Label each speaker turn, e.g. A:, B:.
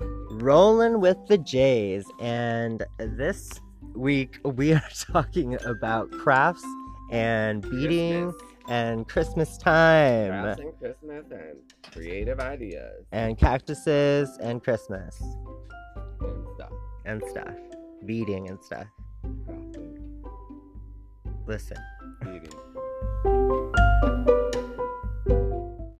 A: Rolling with the J's, and this week we are talking about crafts and beading
B: Christmas,
A: and Christmas time
B: crafts and Christmas and creative ideas
A: and cactuses and Christmas
B: and stuff.
A: and stuff, beading and stuff.
B: Crafting,
A: Listen.
B: eating.